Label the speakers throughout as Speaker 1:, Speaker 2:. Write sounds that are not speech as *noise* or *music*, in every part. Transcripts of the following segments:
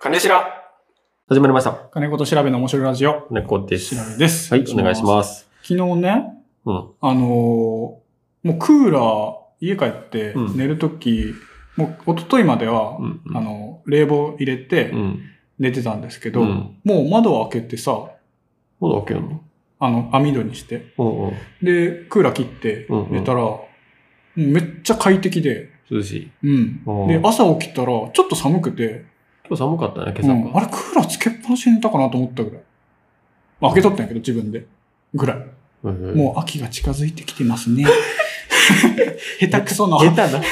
Speaker 1: 金しら
Speaker 2: 始まりました。
Speaker 3: 金子と調べの面白いラジオ、
Speaker 2: 猫で
Speaker 3: 調
Speaker 2: す。
Speaker 3: べです。
Speaker 2: はい、お願いし
Speaker 3: す。
Speaker 2: ます。
Speaker 3: 昨日ね、
Speaker 2: うん。
Speaker 3: あのーもうクーラー、家帰って
Speaker 2: うん
Speaker 3: 寝るとき、もう一昨日までは、
Speaker 2: うん。
Speaker 3: あの、冷房入れて
Speaker 2: うん。
Speaker 3: 寝てたんですけど、
Speaker 2: うん。
Speaker 3: もう窓を開けてさ、
Speaker 2: まだ開けるの
Speaker 3: あの、網戸にして、
Speaker 2: うんうん。
Speaker 3: で、クーラー切って
Speaker 2: うんうん
Speaker 3: 寝たら、めっちゃ快適で、
Speaker 2: 涼しい。
Speaker 3: うん
Speaker 2: お。ー
Speaker 3: で、朝起きたら、ちょっと寒くて、
Speaker 2: 今日寒かったね、
Speaker 3: う
Speaker 2: 今朝
Speaker 3: ん、あ
Speaker 2: が。
Speaker 3: れ、クーラーつけっぱなしで寝たかなと思ったぐらい。まあ開けとったんやけど、自分で。ぐらい。
Speaker 2: うん
Speaker 3: もう秋が近づいてきてます *laughs* ね。下手くその。
Speaker 2: 下
Speaker 3: い
Speaker 2: 手な。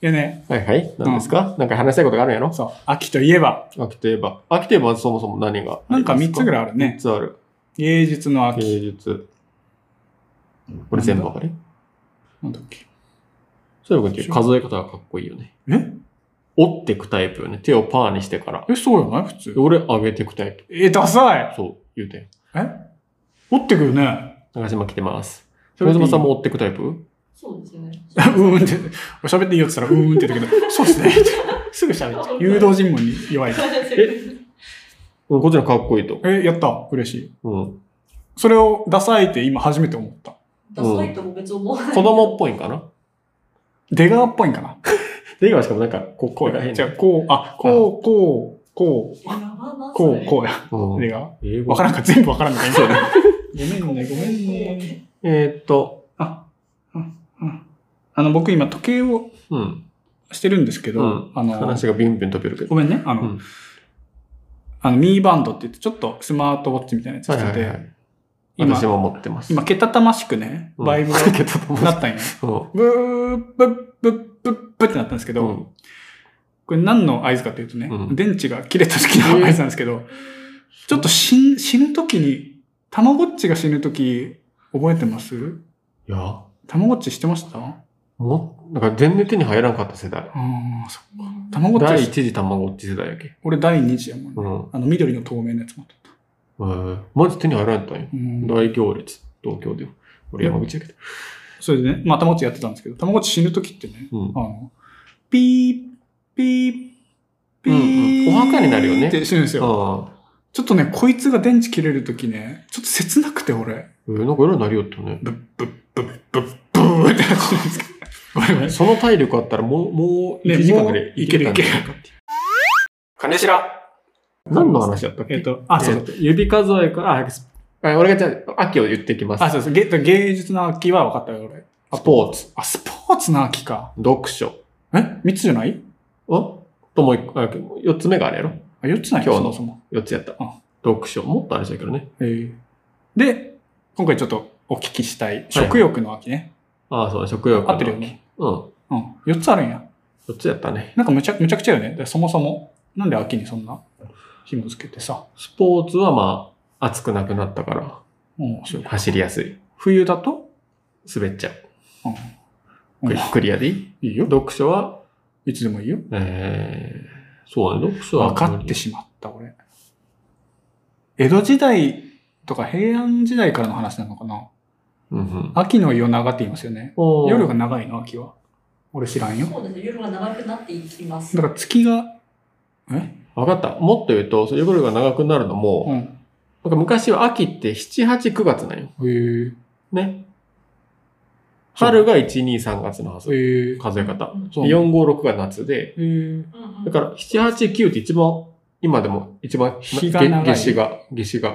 Speaker 3: やね、
Speaker 2: はいはい。何ですかなんか話したいことがあるんやろ
Speaker 3: そう、秋といえば、
Speaker 2: 秋といえば。秋といえばそもそも何が
Speaker 3: なんか3つぐ
Speaker 2: らい
Speaker 3: らいある
Speaker 2: 3
Speaker 3: ね。
Speaker 2: つある。
Speaker 3: 芸術の秋。
Speaker 2: 芸術。これ全部わかる
Speaker 3: なんだっけ。
Speaker 2: そういうこと数え方がかっこいいよね。
Speaker 3: え
Speaker 2: 折ってくタイプよね。手をパーにしてから。
Speaker 3: え、そうやない普通
Speaker 2: で。俺、上げてくタイプ。
Speaker 3: え、ダサい。
Speaker 2: そう、言うてん。
Speaker 3: え折ってくよね。 *laughs*
Speaker 2: 長島来てます。
Speaker 3: それ
Speaker 2: 長
Speaker 3: でいい
Speaker 2: 島さんも折ってくタイプ
Speaker 1: そうですね。
Speaker 3: うーんって、俺喋っていいよって言ったら、うーんって言ったけど、そうっすね。 *laughs* すぐ喋っちゃう。誘導尋問に弱い。
Speaker 2: うん、こっちの方がかっこいいと。
Speaker 3: え、やった。嬉しい。
Speaker 2: うん。
Speaker 3: それをダサいって今初めて思った。
Speaker 1: ダサいとも別に思わない。
Speaker 2: 子供っぽいんかな
Speaker 3: 出川っぽいんかな。
Speaker 2: 出川しかもなんか、こう、
Speaker 3: こ
Speaker 2: 声
Speaker 3: う
Speaker 2: が変
Speaker 3: や。じゃあ、こう、あ、こう、こう、こ
Speaker 1: やばな
Speaker 3: う、こう、こうや。
Speaker 2: うん
Speaker 3: 出川。
Speaker 2: 英語
Speaker 3: わからんか、全部わからんみたいな。ごめんね、ごめんね。
Speaker 1: ね。
Speaker 2: えーっと、
Speaker 3: あ、あ、ああの、僕今時計を
Speaker 2: うん。
Speaker 3: してるんですけど、
Speaker 2: うん
Speaker 3: あの、
Speaker 2: 話がビュンビュン飛べるけど。
Speaker 3: ごめんね、あの、
Speaker 2: うん
Speaker 3: あの、ミーバンドって言って、ちょっとスマートウォッチみたいなやつし
Speaker 2: は
Speaker 3: て
Speaker 2: い
Speaker 3: て、
Speaker 2: はいはい。
Speaker 3: 今
Speaker 2: 私も持ってます。
Speaker 3: 今、けたたましくね、
Speaker 2: うん
Speaker 3: バイブが、
Speaker 2: けたたましく
Speaker 3: なったんや。
Speaker 2: うん。
Speaker 3: ブー、ブッ、ブッ、ブッ、ブッってなったんですけど、
Speaker 2: うん
Speaker 3: これ何の合図かというとね、
Speaker 2: うん
Speaker 3: 電池が切れた時の合図なんですけど、ちょっと死ん死ぬ時に、たまごっちが死ぬ時、覚えてます
Speaker 2: いや、
Speaker 3: たまごっちしてましたあ
Speaker 2: もう、なんか全然手に入らんかった世代。
Speaker 3: あ、そっか。たまごっちは
Speaker 2: 第一次卵っち世代やけ。
Speaker 3: 俺第2次やもんね。
Speaker 2: うん。
Speaker 3: あの、緑の透明のやつも取った。
Speaker 2: えー、マジ手に入らんやったんよ。
Speaker 3: うん
Speaker 2: 大行列、東京でも。俺山口やけど。
Speaker 3: それでね、まあ、たまごっちやってたんですけど、たまごっち死ぬときってね、
Speaker 2: うん
Speaker 3: あ。の、ピー、ピー、ピ
Speaker 2: うん
Speaker 3: ー、
Speaker 2: うんお墓になるよね
Speaker 3: って死ぬんですよ。
Speaker 2: ああ。
Speaker 3: ちょっとね、こいつが電池切れるときね、ちょっと切なくて俺、
Speaker 2: えー、なんかいろいろなりよったね。
Speaker 3: ブッブッブッブッブーってなってるんですけど。ご *laughs* めんごめん。
Speaker 2: その体力あったらもう、もう、
Speaker 3: ね
Speaker 2: 1時間ぐら
Speaker 3: も
Speaker 2: いういけたんじゃないかっていう。
Speaker 1: 金しら
Speaker 2: 何の話だったっけ
Speaker 3: えっと、あ、そうそう。
Speaker 2: えー指数えから、あ、すあ俺がじゃあ、秋を言ってきます。
Speaker 3: あ、そうそう。芸芸術の秋は分かったよ、俺。
Speaker 2: スポーツ、
Speaker 3: あ、スポーツの秋か。
Speaker 2: 読書。
Speaker 3: え三つじゃない
Speaker 2: おともう一個、あ四つ目があれやろ
Speaker 3: あ、四つない
Speaker 2: 今日の
Speaker 3: そもそも。
Speaker 2: 四つやった
Speaker 3: あ。
Speaker 2: 読書。もっとあれだけどね。
Speaker 3: えーで、今回ちょっとお聞きしたい、
Speaker 2: はい
Speaker 3: 食欲の秋ね。
Speaker 2: ああ、そうだ、食欲の
Speaker 3: 合ってるよね。
Speaker 2: うん。
Speaker 3: うん。4つあるんや。
Speaker 2: 四つやったね。
Speaker 3: なんかむちゃむちゃくちゃよね。でそもそも。なんで秋にそんな紐付けてさ。
Speaker 2: スポーツはまあ、暑くなくなったから、
Speaker 3: うん、そういうこと
Speaker 2: 走りやすい。
Speaker 3: 冬だと
Speaker 2: 滑っちゃう。
Speaker 3: うん。
Speaker 2: ク
Speaker 3: うん
Speaker 2: リクリアでいい
Speaker 3: いいよ。
Speaker 2: 読書は、
Speaker 3: いつでもいいよ。
Speaker 2: えー、そうだね、読書は。
Speaker 3: 分かってしまった、俺。江戸時代とか平安時代からの話なのかな。
Speaker 2: うんうん。
Speaker 3: 秋の夜長って言いますよね。
Speaker 2: おー
Speaker 3: 夜が長いの、秋は。俺知らんよ。
Speaker 1: そうですね。夜が長くなっていきます。
Speaker 3: だから月が、え
Speaker 2: わかった。もっと言うと、そう夜が長くなるのも、
Speaker 3: うん。
Speaker 2: なんか昔は秋って7、8、9月なんよ。
Speaker 3: へえ。
Speaker 2: ね。
Speaker 3: そう
Speaker 2: 春が1、2、3月のはず。
Speaker 3: へえ。
Speaker 2: 数え方。
Speaker 1: うん
Speaker 3: そう
Speaker 2: 4、5、6が夏で。
Speaker 3: へえ。
Speaker 1: うん
Speaker 2: だから、7、8、9って一番、今でも一番、
Speaker 3: 日が長い
Speaker 2: げ夏至が、夏至が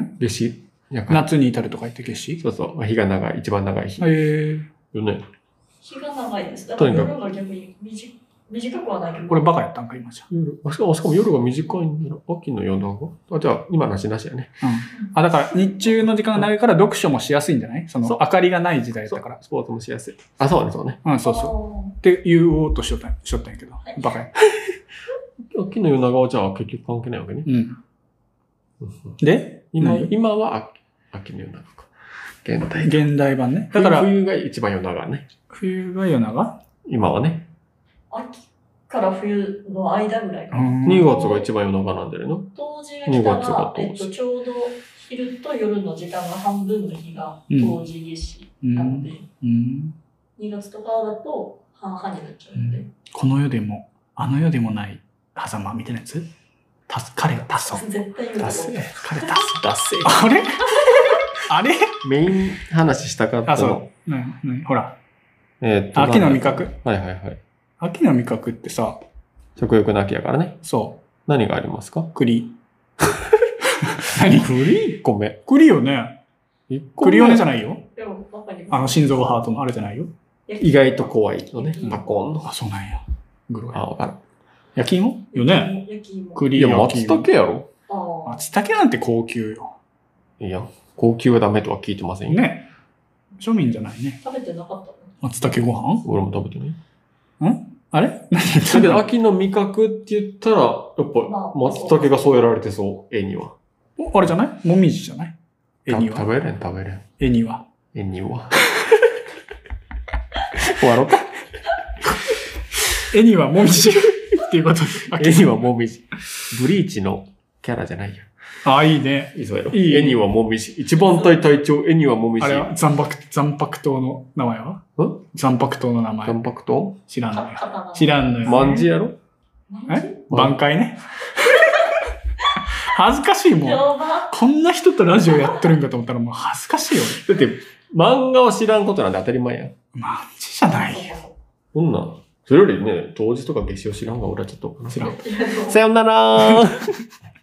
Speaker 3: ん、
Speaker 2: 夏至やから。
Speaker 3: 夏に至るとか言ってけし。
Speaker 2: そうそう。まあ日が長い、一番長い日。
Speaker 3: へえ。
Speaker 2: よね。
Speaker 1: 日が長いです。だから
Speaker 2: とにか
Speaker 1: 夜が逆に短短くはないけど。
Speaker 3: これバカやったんか、今じゃ。
Speaker 2: 夜あしかも、しかも夜が短いんだな。秋の夜長あ、じゃあ、今の話なしやね。
Speaker 3: あ、だから日中の時間が長いから読書もしやすいんじゃないその
Speaker 2: そう
Speaker 3: 明かりがない時代
Speaker 2: そ
Speaker 3: だ
Speaker 2: う
Speaker 3: から。
Speaker 2: スポーツもしやすい。あ、そうね、そうね。
Speaker 3: うん、
Speaker 1: そ
Speaker 3: そううそう。
Speaker 1: そ
Speaker 3: って言おうとしよったんしよったんやけど。バカや。
Speaker 2: 秋の夜長はじゃあ結局関係ないわけね。
Speaker 3: うん。で、
Speaker 2: 今、
Speaker 3: 何
Speaker 2: 今は秋秋の夜長か。現代。
Speaker 3: 現代版ね。だから、
Speaker 2: 冬冬が一番夜長ね。
Speaker 3: 冬が夜長
Speaker 2: 今はね。
Speaker 1: う。秋から冬の間ぐらいか。
Speaker 2: 2
Speaker 3: ん。
Speaker 2: 月が一番夜中なんだよな。
Speaker 1: 冬至が来た
Speaker 2: 二月が
Speaker 1: ら、え
Speaker 2: 冬
Speaker 1: っ
Speaker 2: 至
Speaker 1: と、ちょうど昼と夜の時間が半分の日が冬至夏至なので、
Speaker 3: うん。
Speaker 1: 2月とかだと半々になっちゃうので。
Speaker 3: この世でも、あの世でもない、狭間みたいなやつたす彼が達成。
Speaker 1: 絶対言うと
Speaker 2: ダッ
Speaker 1: 思
Speaker 2: セ
Speaker 1: う。
Speaker 2: ー。
Speaker 3: 彼達成。
Speaker 2: ダッセー。
Speaker 3: *laughs* あれあれ
Speaker 2: メイン話したかった
Speaker 3: あ、そ
Speaker 2: の。
Speaker 3: う。なになにほら、
Speaker 2: えーっと。
Speaker 3: 秋の
Speaker 2: なん
Speaker 3: 味
Speaker 2: だ
Speaker 3: 覚。
Speaker 2: はいはいはい。
Speaker 3: 秋の味覚ってさ、
Speaker 2: 食欲の秋やからね。
Speaker 3: そ
Speaker 2: 何がありますか
Speaker 3: う、栗。
Speaker 2: *laughs*
Speaker 3: 何
Speaker 2: 栗 ?1 個目。
Speaker 3: 栗よね。
Speaker 2: 一個目
Speaker 3: 栗よねじゃないよ。
Speaker 1: でも、わかり
Speaker 3: あ
Speaker 1: ま
Speaker 3: の、心臓ハートのあれじゃないよ。
Speaker 1: す。
Speaker 2: 意外と怖いのね
Speaker 1: う。ん
Speaker 2: パコンの。
Speaker 3: あ、そうなんや。グロ
Speaker 2: あ、わからん。
Speaker 3: 焼き芋よね。
Speaker 1: ね。焼き芋。
Speaker 3: 栗
Speaker 2: いや、
Speaker 3: 焼き
Speaker 2: 松
Speaker 3: 芋。
Speaker 2: 茸やろ
Speaker 1: ああ。
Speaker 3: 松茸なんて高級よ。
Speaker 2: いや、高級はダメとは聞いてませんよ。
Speaker 3: ね。庶民じゃないね。
Speaker 1: 食べてなかったの
Speaker 3: 松茸ご飯
Speaker 2: 俺も食べてね。
Speaker 3: あれ何言って
Speaker 2: だ
Speaker 3: ん
Speaker 2: けど、
Speaker 3: の
Speaker 2: 秋の味覚って言ったら、やっぱ、
Speaker 1: まあ
Speaker 2: 松茸が添えられてそう、絵には。
Speaker 3: おあれじゃないもみじじゃない絵に
Speaker 2: 食
Speaker 3: は。
Speaker 2: べれん、食べれん。
Speaker 3: 絵には。
Speaker 2: 絵に *laughs* は。終わろうか。
Speaker 3: 絵にはもみじっていうことで。
Speaker 2: 絵にはもみじ。ブリーチのキャラじゃないよ。
Speaker 3: あ、いいね。
Speaker 2: いいぞやろ。
Speaker 3: いい
Speaker 2: 絵にはもみじ。一番隊隊長、絵にはもみじ
Speaker 3: あ。れは残白、残白刀の名前は
Speaker 2: ん
Speaker 3: 残白刀の名前。
Speaker 2: 淡白と
Speaker 3: 知らんの
Speaker 1: か
Speaker 3: よ。
Speaker 1: 刀。
Speaker 3: 知らんのよ。
Speaker 2: まんじやろ
Speaker 1: マジ
Speaker 3: 挽回ね。 *laughs* 恥ずかしいも
Speaker 1: や
Speaker 3: ん。
Speaker 1: ば。
Speaker 3: こんな人とラジオやってるんかと思ったらもう恥ずかしいよ。
Speaker 2: だって、漫画を知らんことなんて当たり前やん。
Speaker 3: マジじゃないよ。
Speaker 1: い
Speaker 2: そんなん。それよりね、当時とか夏至を知らんが俺はちょっと。
Speaker 3: 知らん。
Speaker 2: *laughs*
Speaker 1: やでも
Speaker 2: さよならー